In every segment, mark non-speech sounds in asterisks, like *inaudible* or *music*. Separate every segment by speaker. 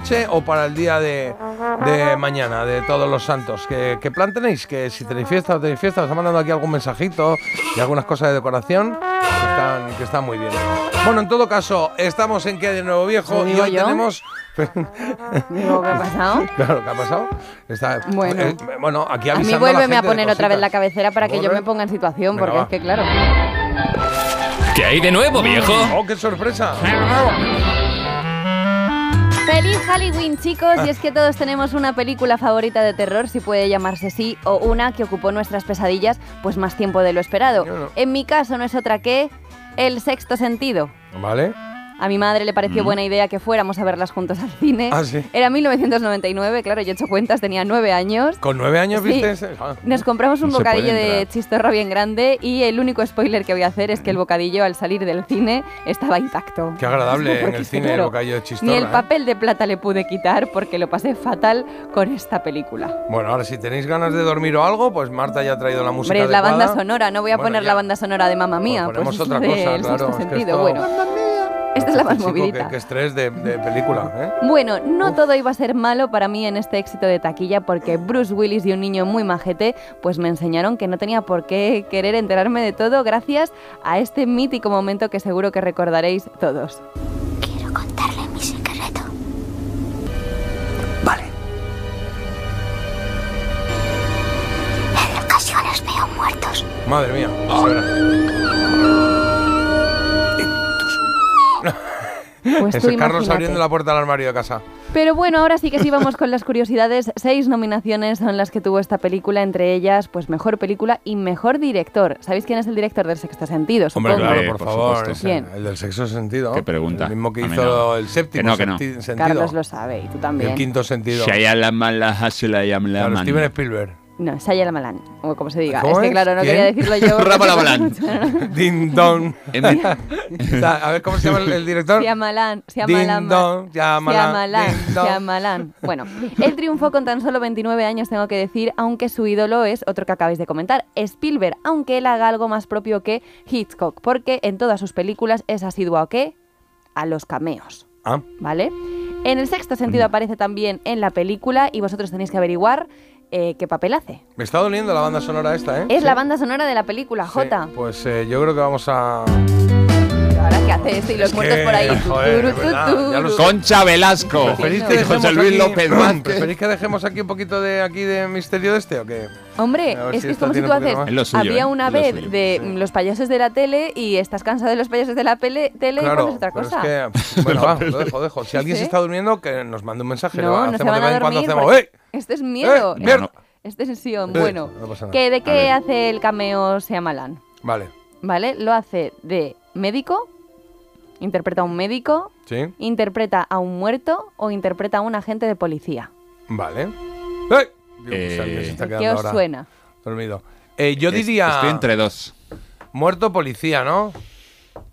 Speaker 1: noche o para el día de, de mañana, de todos los santos? ¿Qué, qué plan tenéis? Que si tenéis fiesta o tenéis fiesta, os han mandado aquí algún mensajito y algunas cosas de decoración que están, que están muy bien. Bueno, en todo caso, estamos en Qué de Nuevo Viejo
Speaker 2: ¿Lo
Speaker 1: y
Speaker 2: digo
Speaker 1: hoy
Speaker 2: yo?
Speaker 1: tenemos...
Speaker 2: Digo, ¿qué ha pasado?
Speaker 1: Claro, ¿qué ha pasado? Está-
Speaker 2: Bueno.
Speaker 1: eh, bueno, aquí
Speaker 2: A mí
Speaker 1: avisando la
Speaker 2: vuélveme a
Speaker 1: gente de
Speaker 2: poner otra vez la
Speaker 1: cositas.
Speaker 2: cabecera para que yo
Speaker 1: Vuelve.
Speaker 2: me ponga en situación, porque
Speaker 1: Venga,
Speaker 2: es que claro.
Speaker 3: ¿Qué hay de nuevo, viejo?
Speaker 1: ¡Oh, qué sorpresa!
Speaker 2: ¡Feliz Halloween, chicos!
Speaker 1: Ah.
Speaker 2: Y es que todos tenemos una película favorita de terror, si puede llamarse así, o una que ocupó nuestras pesadillas pues más tiempo de lo esperado.
Speaker 1: Yo no.
Speaker 2: En mi caso no es otra que El Sexto Sentido.
Speaker 1: ¿Vale?
Speaker 2: A mi madre le pareció buena idea que fuéramos a verlas juntos al cine.
Speaker 1: Mm. Ah, ¿sí?
Speaker 2: Era 1999, claro, yo he hecho cuentas, tenía nueve años.
Speaker 1: ¿Con nueve años
Speaker 2: Sí.
Speaker 1: viste? ese? Ah.
Speaker 2: Nos compramos un
Speaker 3: No se puede
Speaker 2: bocadillo de
Speaker 3: entrar.
Speaker 2: chistorra bien grande y el único spoiler que voy a hacer es que el bocadillo al salir del cine estaba intacto.
Speaker 1: Qué
Speaker 2: *laughs*
Speaker 1: agradable en
Speaker 2: Porque
Speaker 1: el
Speaker 2: es que,
Speaker 1: cine el
Speaker 2: claro,
Speaker 1: bocadillo de
Speaker 2: Ni el
Speaker 1: chistorra. ¿eh?
Speaker 2: papel de plata le pude quitar porque lo pasé fatal con esta película.
Speaker 1: ¿eh? Bueno, ahora si tenéis ganas de dormir o algo, pues Marta ya ha traído la música
Speaker 2: Hombre, es la
Speaker 1: adecuada.
Speaker 2: banda sonora, no voy a
Speaker 1: Bueno,
Speaker 2: poner
Speaker 1: ya.
Speaker 2: la banda sonora de Mamma Mía,
Speaker 1: Pues ponemos
Speaker 2: pues es *laughs*
Speaker 1: otra
Speaker 2: la de
Speaker 1: cosa,
Speaker 2: El
Speaker 1: claro,
Speaker 2: Sexto
Speaker 1: es que
Speaker 2: sentido.
Speaker 1: esto-
Speaker 2: Bueno, esta es la más
Speaker 1: Este Chico, qué-
Speaker 2: movidita.
Speaker 1: Qué estrés de, de película, ¿eh?
Speaker 2: Bueno, no todo iba a ser malo para mí en este éxito de taquilla porque Bruce Willis y un niño muy majete pues me enseñaron que no tenía por qué querer enterarme de todo gracias a este mítico momento que seguro que recordaréis
Speaker 1: *laughs*
Speaker 2: todos.
Speaker 4: Quiero contarle mi secreto.
Speaker 5: Vale.
Speaker 4: En ocasiones veo muertos.
Speaker 1: Madre mía.
Speaker 2: Ah.
Speaker 1: Ahora,
Speaker 2: Pues
Speaker 1: ese
Speaker 2: tú
Speaker 1: Carlos
Speaker 2: imagínate.
Speaker 1: abriendo la puerta del armario de casa.
Speaker 2: Pero bueno, ahora sí que sí vamos con las curiosidades. Seis nominaciones son las que tuvo esta película, entre ellas pues mejor película y mejor director. ¿Sabéis quién es el director del Sexto Sentido?
Speaker 1: Hombre,
Speaker 2: Supongo.
Speaker 1: claro,
Speaker 3: Eh,
Speaker 1: por,
Speaker 3: por
Speaker 1: favor.
Speaker 3: supuesto.
Speaker 1: ese,
Speaker 2: ¿Quién?
Speaker 1: El del sexo sentido.
Speaker 3: Qué pregunta.
Speaker 1: El mismo que
Speaker 3: A mí
Speaker 1: hizo
Speaker 3: no.
Speaker 1: el séptimo
Speaker 3: Que no, que no.
Speaker 1: senti- sentido.
Speaker 2: Carlos lo sabe y tú
Speaker 1: y
Speaker 2: también.
Speaker 1: el quinto sentido.
Speaker 3: Shyalamala
Speaker 1: Claro,
Speaker 3: Hasulayaman.
Speaker 1: Steven Spielberg. *laughs*
Speaker 2: No, Shia Malan, o como se diga.
Speaker 1: ¿Cómo
Speaker 2: Es que
Speaker 1: es?
Speaker 2: claro, no
Speaker 1: ¿Quién?
Speaker 2: quería decirlo
Speaker 1: *laughs*
Speaker 2: yo. porque *laughs*
Speaker 3: Rapa la
Speaker 2: pasa
Speaker 3: Malan.
Speaker 2: mucho, ¿no?
Speaker 1: Ding dong. *laughs*
Speaker 3: Em-
Speaker 1: A ver, ¿cómo se llama el, el director?
Speaker 2: Shyamalan, Shyamalan,
Speaker 1: Ding dong,
Speaker 2: Shyamalan,
Speaker 1: Shyamalan, ding dong.
Speaker 2: Shyamalan. Bueno, él triunfó con tan solo 29 años, tengo que decir, aunque su ídolo es otro que acabáis de comentar, Spielberg, aunque él haga algo más propio que Hitchcock, porque en todas sus películas es asiduo a qué? A los cameos,
Speaker 1: Ah,
Speaker 2: ¿vale? En el sexto sentido aparece también en la película y vosotros tenéis que averiguar eh, qué papel hace.
Speaker 1: me está doliendo la banda sonora esta, ¿eh?
Speaker 2: Es la
Speaker 1: Sí.
Speaker 2: banda sonora de la película,
Speaker 1: Sí,
Speaker 2: Jota.
Speaker 1: Pues eh, yo creo que vamos a.
Speaker 2: Ahora que hace esto y los
Speaker 1: Es
Speaker 2: muertos
Speaker 1: que,
Speaker 2: por ahí.
Speaker 1: joder,
Speaker 2: Turu, tu,
Speaker 1: verdad, ya lo
Speaker 2: turu.
Speaker 1: sé.
Speaker 3: Concha Velasco.
Speaker 1: ¿Preferís
Speaker 2: no.
Speaker 1: que, dejemos
Speaker 3: José Luis
Speaker 1: aquí- *clears throat*
Speaker 3: López Vázquez.
Speaker 1: ¿Preferís que dejemos aquí un poquito de aquí de misterio de este o qué?
Speaker 2: Hombre,
Speaker 1: A ver
Speaker 2: es
Speaker 1: si
Speaker 2: que es
Speaker 1: esto
Speaker 2: como si
Speaker 1: tiene
Speaker 2: tú
Speaker 1: un poquito
Speaker 2: haces.
Speaker 1: más.
Speaker 3: Es lo suyo,
Speaker 2: Había
Speaker 3: ¿eh?
Speaker 2: una
Speaker 3: Es lo
Speaker 2: vez
Speaker 3: suyo.
Speaker 2: de
Speaker 1: Sí.
Speaker 2: mm, los payasos de la tele y estás cansado de los payasos de la pele- tele y pones otra
Speaker 1: pero
Speaker 2: cosa. *laughs*
Speaker 1: es que pff, bueno, va, lo dejo, dejo. Si alguien
Speaker 2: Sí.
Speaker 1: se está durmiendo, que nos mande un mensaje. lo
Speaker 2: No, no se
Speaker 1: hacemos
Speaker 2: van
Speaker 1: de vez
Speaker 2: a
Speaker 1: en cuando
Speaker 2: dormir.
Speaker 1: hacemos.
Speaker 2: porque
Speaker 1: ¡Eh!
Speaker 2: Este es miedo.
Speaker 1: Eh,
Speaker 2: Este-
Speaker 1: mierda.
Speaker 2: Este es el sion.
Speaker 1: Eh,
Speaker 2: Bueno,
Speaker 1: no pasa nada.
Speaker 2: que ¿de
Speaker 3: A
Speaker 2: qué
Speaker 3: ver.
Speaker 2: hace el cameo Seamalan?
Speaker 1: Vale,
Speaker 2: ¿Vale? Lo hace de médico, interpreta a un médico,
Speaker 1: sí,
Speaker 2: interpreta a un muerto o interpreta a un agente de policía.
Speaker 1: vale. ¡Eh! Digo, pues,
Speaker 3: Eh,
Speaker 1: alguien se está
Speaker 2: ¿Qué
Speaker 1: quedando
Speaker 2: os
Speaker 1: ahora
Speaker 2: suena?
Speaker 1: Dormido. Eh, yo
Speaker 3: Es-
Speaker 1: diría.
Speaker 3: Estoy entre dos.
Speaker 1: Muerto policía, ¿no?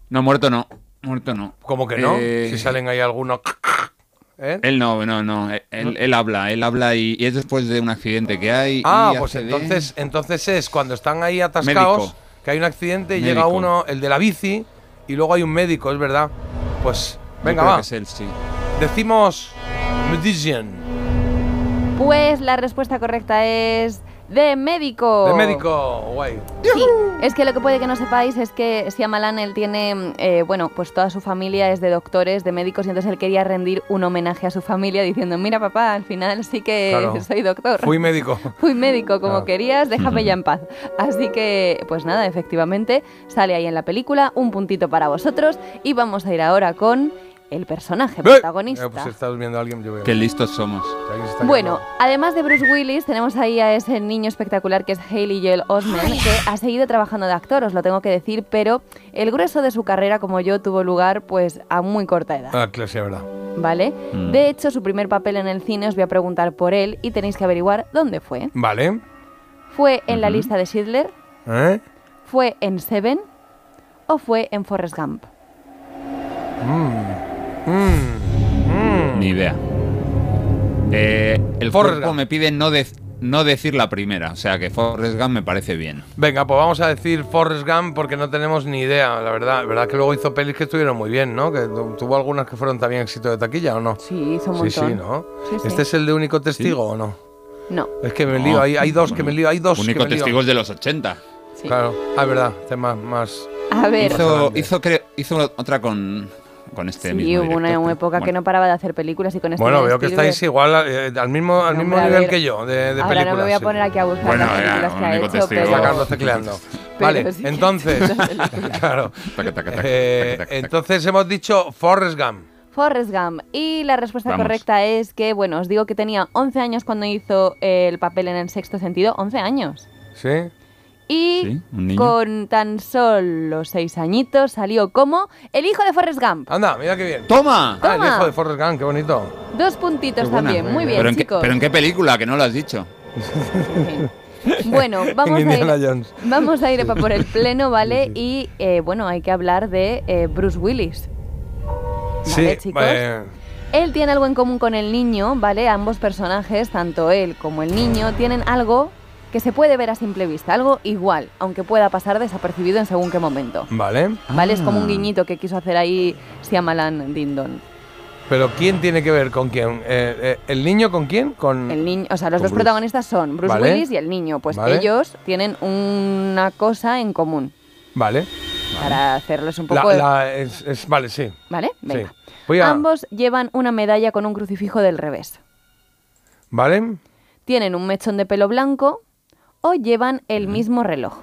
Speaker 3: No, muerto no. Muerto no.
Speaker 1: Como que no.
Speaker 3: Eh,
Speaker 1: Si salen ahí algunos. ¿Eh?
Speaker 3: Él no, no, no. Él, él- él habla, él habla y, y es después de un accidente que hay. y
Speaker 1: Ah,
Speaker 3: hace
Speaker 1: pues
Speaker 3: de-
Speaker 1: entonces, entonces es cuando están ahí atascados,
Speaker 3: Médico.
Speaker 1: que hay un accidente y
Speaker 3: Médico.
Speaker 1: llega uno, el de la bici, y luego hay un médico, es verdad. Pues,
Speaker 3: Yo
Speaker 1: venga,
Speaker 3: creo
Speaker 1: va.
Speaker 3: que es él, sí.
Speaker 1: Decimos Medician,
Speaker 2: Pues la respuesta correcta es de médico.
Speaker 1: de médico, guay.
Speaker 2: Sí, es que lo que puede que no sepáis es que Siamalan, él tiene, mm, eh, bueno, pues toda su familia es de doctores, de médicos, y entonces él quería rendir un homenaje a su familia diciendo, mira papá, al final sí que
Speaker 1: Claro.
Speaker 2: *laughs* soy doctor.
Speaker 1: Fui
Speaker 2: *laughs*
Speaker 1: médico. *laughs* Eh,
Speaker 2: Fui médico como
Speaker 1: Claro.
Speaker 2: querías, déjame ya en paz. Así que, pues nada, efectivamente, sale ahí en la película, un puntito para vosotros, y vamos a ir ahora con el personaje protagonista.
Speaker 1: Eh, pues si está durmiendo alguien, yo veo.
Speaker 3: Qué listos somos.
Speaker 2: Bueno, además de Bruce Willis, tenemos ahí a ese niño espectacular que es Haley Joel Osment, que ha seguido trabajando de actor, os lo tengo que decir, pero el grueso de su carrera, como yo, tuvo lugar pues a muy corta edad,
Speaker 1: Ah, claro, sí, es verdad.
Speaker 2: ¿vale?
Speaker 3: Mm.
Speaker 2: De hecho, su primer papel en el cine os voy a preguntar por él y tenéis que averiguar dónde fue.
Speaker 1: Vale.
Speaker 2: ¿Fue en la lista de Schindler?
Speaker 1: ¿Eh?
Speaker 2: ¿Fue en Seven? ¿O fue en Forrest Gump?
Speaker 1: Mm, mm.
Speaker 3: Ni idea. Eh, el
Speaker 1: Forrest
Speaker 3: cuerpo
Speaker 1: Gump.
Speaker 3: Eh, me pide no, dec- no decir la primera. O sea que Forrest Gump me parece bien.
Speaker 1: Venga, pues vamos a decir Forrest Gump porque no tenemos ni idea, la verdad. La verdad que luego hizo pelis que estuvieron muy bien, ¿no? Que tu- tuvo algunas que fueron también éxito de taquilla, ¿o no?
Speaker 2: Sí, hizo un
Speaker 1: Sí,
Speaker 2: montón.
Speaker 1: sí, ¿no?
Speaker 2: Sí, sí.
Speaker 1: ¿Este es el de único testigo o no?
Speaker 2: No,
Speaker 1: Es que me
Speaker 3: No.
Speaker 1: lío, hay, hay dos que me lío, hay dos
Speaker 3: Único
Speaker 1: que me lío.
Speaker 3: testigos de los 80.
Speaker 2: sí.
Speaker 1: Claro, ah, es verdad, este más, más...
Speaker 2: A ver,
Speaker 3: Hizo, hizo, creo- hizo otra con, con este mismo.
Speaker 2: sí, hubo una,
Speaker 3: director, pero
Speaker 2: época que
Speaker 3: bueno.
Speaker 2: no paraba de hacer películas y con este
Speaker 1: Bueno,
Speaker 2: de
Speaker 1: veo que
Speaker 2: Spielberg-
Speaker 1: estáis igual eh, al mismo, al
Speaker 2: No,
Speaker 1: mismo
Speaker 2: hombre, a
Speaker 1: nivel
Speaker 2: ver.
Speaker 1: que yo de, de
Speaker 2: Ahora
Speaker 1: películas.
Speaker 2: no me voy a
Speaker 1: sí.
Speaker 2: poner aquí a buscar
Speaker 3: Bueno,
Speaker 2: las
Speaker 3: ya,
Speaker 2: películas que ha
Speaker 3: único
Speaker 2: hecho,
Speaker 3: testigo.
Speaker 2: pero...
Speaker 1: Sacarlo
Speaker 2: *laughs*
Speaker 1: tecleando. Vale,
Speaker 2: sí que
Speaker 1: entonces...
Speaker 2: tiene las
Speaker 1: *laughs*
Speaker 2: películas.
Speaker 1: claro.
Speaker 3: Taca, taca, taca,
Speaker 1: Eh,
Speaker 3: taca, taca, taca.
Speaker 1: entonces hemos dicho Forrest Gump.
Speaker 2: Forrest Gump. Y la respuesta
Speaker 3: Vamos.
Speaker 2: correcta es que, bueno, os digo que tenía 11 años cuando hizo el papel en el sexto sentido. 11 años.
Speaker 1: ¿Sí?
Speaker 2: Y
Speaker 3: Sí, un niño.
Speaker 2: con tan solo 6 añitos salió como el hijo de Forrest Gump.
Speaker 1: Anda, mira qué bien.
Speaker 3: ¡Toma!
Speaker 1: Ah, el
Speaker 2: Toma.
Speaker 1: hijo de Forrest Gump, qué bonito.
Speaker 2: Dos puntitos
Speaker 3: Qué buena.
Speaker 2: también. Muy bien,
Speaker 3: ¿Pero en, qué,
Speaker 2: chicos.
Speaker 3: pero en qué película? Que no lo has dicho. *laughs*
Speaker 2: Bueno, vamos
Speaker 1: En
Speaker 2: a
Speaker 1: Indiana
Speaker 2: ir.
Speaker 1: Jones.
Speaker 2: Vamos a ir pa- por el pleno, ¿vale? Y eh, bueno, hay que hablar de eh, Bruce Willis. Vale, chicos.
Speaker 1: eh,
Speaker 2: Él tiene algo en común con el niño, ¿vale? Ambos personajes, tanto él como el niño, tienen algo que se puede ver a simple vista, algo igual, aunque pueda pasar desapercibido en según qué momento.
Speaker 1: vale.
Speaker 2: ¿Vale? Es como un
Speaker 3: Ah.
Speaker 2: guiñito que quiso hacer ahí Siamalan Dindon.
Speaker 1: Pero ¿quién tiene que ver con quién? Eh, eh, ¿El niño con quién? Con...
Speaker 2: El niño, o sea,
Speaker 1: Con Pues
Speaker 2: los dos
Speaker 1: Bruce.
Speaker 2: protagonistas son Bruce
Speaker 1: Vale.
Speaker 2: Willis y el niño. Pues
Speaker 1: Vale.
Speaker 2: ellos tienen una cosa en común.
Speaker 1: Vale.
Speaker 2: Para hacerles un
Speaker 1: La-
Speaker 2: poco.
Speaker 1: la- es- es- vale, sí.
Speaker 2: ¿Vale?
Speaker 1: Sí.
Speaker 2: Venga.
Speaker 1: Voy a-
Speaker 2: Ambos llevan una medalla con un crucifijo del revés.
Speaker 1: ¿Vale?
Speaker 2: Tienen un mechón de pelo blanco o llevan el mismo reloj.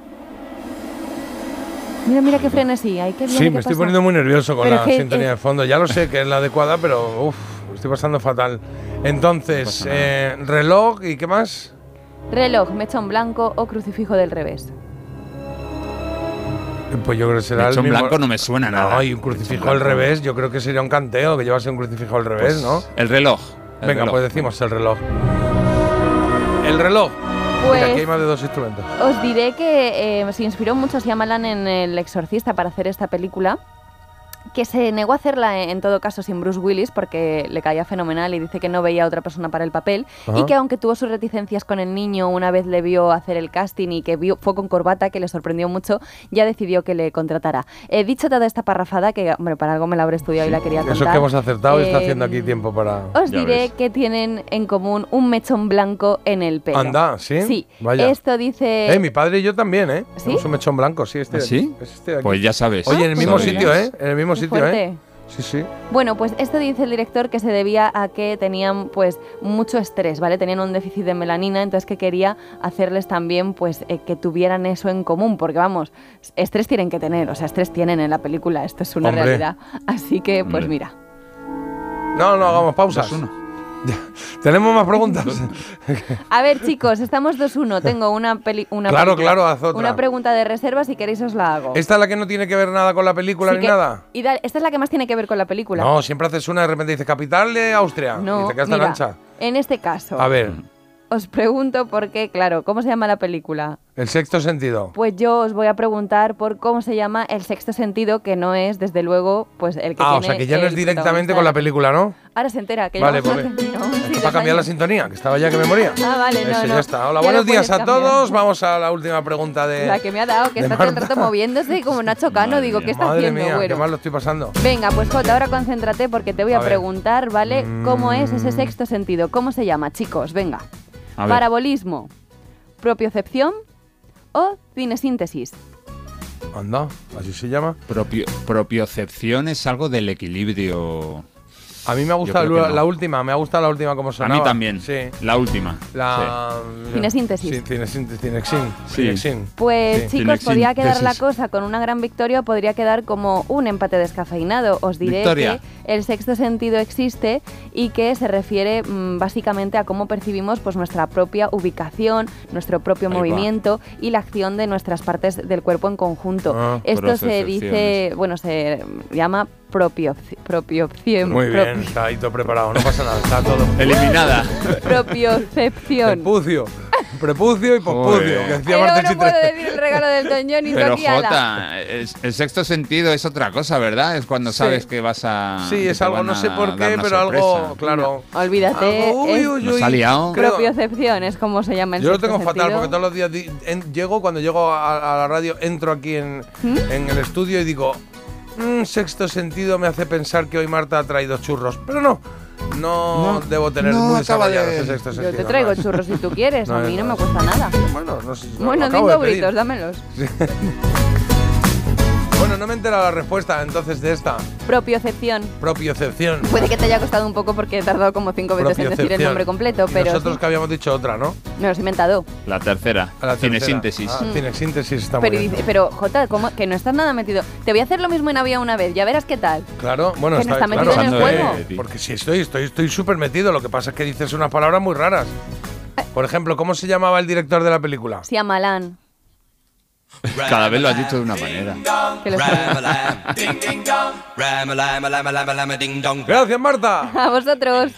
Speaker 2: Mira, mira qué frenesí. Ay, qué bien,
Speaker 1: Sí,
Speaker 2: qué
Speaker 1: me estoy
Speaker 2: pasa.
Speaker 1: poniendo muy nervioso con
Speaker 2: Pero
Speaker 1: la
Speaker 2: que-
Speaker 1: sintonía
Speaker 2: eh,
Speaker 1: de fondo. Ya lo sé que es la adecuada, pero uff, estoy pasando fatal. Entonces,
Speaker 3: No pasa nada.
Speaker 1: eh, reloj y qué más.
Speaker 2: Reloj, mechón blanco o crucifijo del revés.
Speaker 1: Eh, Pues yo creo que será el
Speaker 3: Mechón
Speaker 1: mismo-
Speaker 3: blanco no me suena nada.
Speaker 1: No, y un crucifijo al revés, yo creo que sería un canteo que llevase un crucifijo al revés, ¿no?
Speaker 3: Pues, El reloj. el
Speaker 1: Venga,
Speaker 3: reloj.
Speaker 1: pues decimos el reloj. El reloj. Mira, aquí hay
Speaker 2: Pues
Speaker 1: más de dos instrumentos.
Speaker 2: os diré que eh, se inspiró mucho Shyamalan en El Exorcista para hacer esta película. Que se negó a hacerla eh, en todo caso sin Bruce Willis porque le caía fenomenal y dice que no veía a otra persona para el papel.
Speaker 1: Ajá.
Speaker 2: Y que aunque tuvo sus reticencias con el niño, una vez le vio hacer el casting y que vio, fue con corbata, que le sorprendió mucho, ya decidió que le contratara. He dicho toda esta parrafada que, hombre, para algo me la habré estudiado y la quería contar.
Speaker 1: Eso que hemos acertado y está
Speaker 2: Eh,
Speaker 1: haciendo aquí tiempo para.
Speaker 2: Os
Speaker 3: Ya
Speaker 2: diré
Speaker 3: ves.
Speaker 2: que tienen en común un mechón blanco en el pelo.
Speaker 1: Anda, ¿sí?
Speaker 2: Sí.
Speaker 1: Vaya.
Speaker 2: Esto dice...
Speaker 1: Eh, mi padre y yo también, ¿eh?
Speaker 2: ¿Ah, ¿Sí?
Speaker 1: Tenemos un mechón blanco, sí, este.
Speaker 3: ¿Ah,
Speaker 1: de
Speaker 3: sí?
Speaker 1: aquí. Es este de aquí.
Speaker 3: Pues ya sabes.
Speaker 1: Oye, en el
Speaker 2: Ah,
Speaker 1: mismo
Speaker 2: sí.
Speaker 1: sitio, ¿eh? En el mismo
Speaker 2: Qué
Speaker 1: sitio, ¿eh?
Speaker 2: fuerte.
Speaker 1: Sí, sí.
Speaker 2: Bueno, pues esto dice el director que se debía a que tenían pues mucho estrés, ¿vale? Tenían un déficit de melanina, entonces que quería hacerles también pues eh, que tuvieran eso en común, porque vamos, estrés tienen que tener, o sea, estrés tienen en la película, esto es una
Speaker 1: Hombre.
Speaker 2: realidad. Así que pues
Speaker 3: Hombre.
Speaker 2: mira.
Speaker 1: No, no hagamos pausas.
Speaker 3: Dos, uno.
Speaker 1: Tenemos más preguntas.
Speaker 2: A ver, chicos, estamos 2-1, tengo una peli una
Speaker 1: Claro,
Speaker 2: película-
Speaker 1: claro, haz otra.
Speaker 2: Una pregunta de reserva si queréis os la hago.
Speaker 1: ¿Esta es la que no tiene que ver nada con la película
Speaker 2: Sí
Speaker 1: ni
Speaker 2: que-
Speaker 1: nada?
Speaker 2: y da- esta es la que más tiene que ver con la película.
Speaker 1: No, siempre haces una y de repente dices capital de Austria. y
Speaker 2: No,
Speaker 1: te quedas tan
Speaker 2: mira,
Speaker 1: ancha.
Speaker 2: en este caso,
Speaker 1: A ver,
Speaker 2: os pregunto porque, claro, ¿cómo se llama la película?
Speaker 1: el sexto sentido.
Speaker 2: Pues yo os voy a preguntar por cómo se llama el sexto sentido, que no es, desde luego, pues el que
Speaker 1: Ah, o
Speaker 2: tiene
Speaker 1: sea que ya no
Speaker 2: el
Speaker 1: es directamente
Speaker 2: protagonista.
Speaker 1: con la película, ¿no?
Speaker 2: Ahora se entera que
Speaker 1: Vale,
Speaker 2: llevamos
Speaker 1: pues
Speaker 2: más de- *laughs* no, sí,
Speaker 1: Es
Speaker 2: dos
Speaker 1: para cambiar la
Speaker 2: años.
Speaker 1: sintonía, que estaba ya que me moría.
Speaker 2: Ah, vale, no,
Speaker 1: Eso
Speaker 2: no.
Speaker 1: ya está. Hola,
Speaker 2: Ya
Speaker 1: buenos
Speaker 2: lo
Speaker 1: días a
Speaker 2: puedes cambiar.
Speaker 1: todos. Vamos a la última pregunta de.
Speaker 2: La que me ha dado, que
Speaker 1: de
Speaker 2: está todo el
Speaker 1: Marta.
Speaker 2: rato moviéndose como Nacho Cano,
Speaker 3: Madre
Speaker 2: digo,
Speaker 3: mía.
Speaker 2: ¿qué está
Speaker 1: Madre
Speaker 2: haciendo?
Speaker 1: mía,
Speaker 2: bueno.
Speaker 1: qué mal lo estoy pasando.
Speaker 2: Venga, pues Jota, ahora concéntrate porque te voy a,
Speaker 1: A ver. Mm.
Speaker 2: preguntar, ¿vale? ¿Cómo es ese sexto sentido? ¿Cómo se llama, chicos? Venga.
Speaker 3: A ver.
Speaker 2: Parabolismo, propiocepción o cinesíntesis.
Speaker 1: Anda, así se llama.
Speaker 3: Propio- propiocepción es algo del equilibrio.
Speaker 1: A mí me ha gustado
Speaker 3: creo que
Speaker 1: la,
Speaker 3: no.
Speaker 1: la última, me ha gustado la última como sonaba.
Speaker 3: A mí también.
Speaker 1: Sí.
Speaker 3: La última.
Speaker 1: La.
Speaker 2: Cinesíntesis.
Speaker 1: Sí, cinesíntesis, cinexin,
Speaker 3: Sí.
Speaker 1: cinexin.
Speaker 2: Pues
Speaker 1: Sí.
Speaker 2: chicos,
Speaker 3: Cinexin-
Speaker 2: podría quedar la
Speaker 3: tesis.
Speaker 2: cosa con una gran victoria, o podría quedar como un empate descafeinado. Os diré
Speaker 3: Victoria.
Speaker 2: que el sexto sentido existe y que se refiere mm, básicamente a cómo percibimos pues nuestra propia ubicación, nuestro propio
Speaker 3: Ahí va.
Speaker 2: movimiento y la acción de nuestras partes del cuerpo en conjunto.
Speaker 1: Ah,
Speaker 2: Esto se
Speaker 3: propriocepciones.
Speaker 2: dice, bueno, se llama propio propiocepción.
Speaker 1: Muy bien,
Speaker 2: *laughs* propi-
Speaker 1: está ahí todo preparado, no pasa nada, está todo.
Speaker 3: Eliminada.
Speaker 2: propiocepción.
Speaker 1: El pucio. prepucio y pospucio,
Speaker 3: Joder.
Speaker 1: que decía
Speaker 2: Pero
Speaker 1: Martes
Speaker 2: no
Speaker 1: y
Speaker 3: *laughs*
Speaker 2: puedo
Speaker 1: Trece.
Speaker 2: decir el regalo del Don Johnny,
Speaker 3: Pero
Speaker 2: Toki, ala.
Speaker 3: Jota, es- el sexto sentido es otra cosa, ¿verdad? Es cuando
Speaker 1: Sí.
Speaker 3: sabes que vas a.
Speaker 1: Sí,
Speaker 3: que
Speaker 1: es
Speaker 3: Ah, te
Speaker 1: algo,
Speaker 3: van
Speaker 1: no sé
Speaker 3: a
Speaker 1: por
Speaker 3: dar
Speaker 1: qué,
Speaker 3: una
Speaker 1: pero algo,
Speaker 3: sorpresa.
Speaker 1: claro.
Speaker 3: Ah,
Speaker 2: Olvídate,
Speaker 1: Algo,
Speaker 2: es-
Speaker 3: Nos ha liado.
Speaker 1: creo-
Speaker 2: Propiocepción es como se llama el
Speaker 1: Yo lo
Speaker 2: sexto
Speaker 1: tengo fatal
Speaker 2: sentido.
Speaker 1: porque todos los días di- en- llego, cuando llego a, a la radio, entro aquí en,
Speaker 2: ¿Mm?
Speaker 1: en el estudio y digo, "Mm, sexto sentido me hace pensar que hoy Marta ha traído churros, pero no, no,
Speaker 3: No,
Speaker 1: debo tener
Speaker 3: no
Speaker 1: muy
Speaker 3: acaba de-
Speaker 1: desarrollado ese sexto
Speaker 2: Yo
Speaker 1: sentido.
Speaker 2: te traigo
Speaker 1: no.
Speaker 2: churros si tú quieres,
Speaker 1: No,
Speaker 2: a mí
Speaker 1: no,
Speaker 2: no me
Speaker 1: no.
Speaker 2: cuesta nada.
Speaker 1: Bueno, no sé, lo
Speaker 2: Bueno,
Speaker 1: acabo
Speaker 2: cinco
Speaker 1: de pedir.
Speaker 2: gritos, dámelos.
Speaker 1: Bueno, no me he enterado la respuesta entonces de esta
Speaker 2: Propiocepción.
Speaker 1: propiocepción.
Speaker 2: Puede que te haya costado un poco porque he tardado como cinco veces en decir el
Speaker 1: Propiocepción.
Speaker 2: nombre completo,
Speaker 1: Y
Speaker 2: pero
Speaker 1: nosotros
Speaker 2: sí.
Speaker 1: que habíamos dicho otra, ¿no?
Speaker 2: me los he inventado.
Speaker 3: La tercera.
Speaker 1: A la
Speaker 3: Tiene
Speaker 1: tercera.
Speaker 3: síntesis.
Speaker 1: Ah, cinesíntesis está muy
Speaker 2: Mm. Pero,
Speaker 1: bien.
Speaker 2: dice- pero Jota, ¿cómo? que no estás nada metido. Te voy a hacer lo mismo en avión una vez, ya verás qué tal.
Speaker 1: Claro, bueno,
Speaker 2: Que no está metido
Speaker 1: claro,
Speaker 3: en el Pensando juego. en-
Speaker 1: Porque sí estoy, estoy, estoy súper metido. Lo que pasa es que dices unas palabras muy raras.
Speaker 2: Eh.
Speaker 1: Por ejemplo, ¿cómo se llamaba el director de la película?
Speaker 2: Si a Malán,
Speaker 3: Cada vez lo has dicho de una manera.
Speaker 2: que lo sabe.
Speaker 1: Gracias, Marta.
Speaker 2: A vosotros.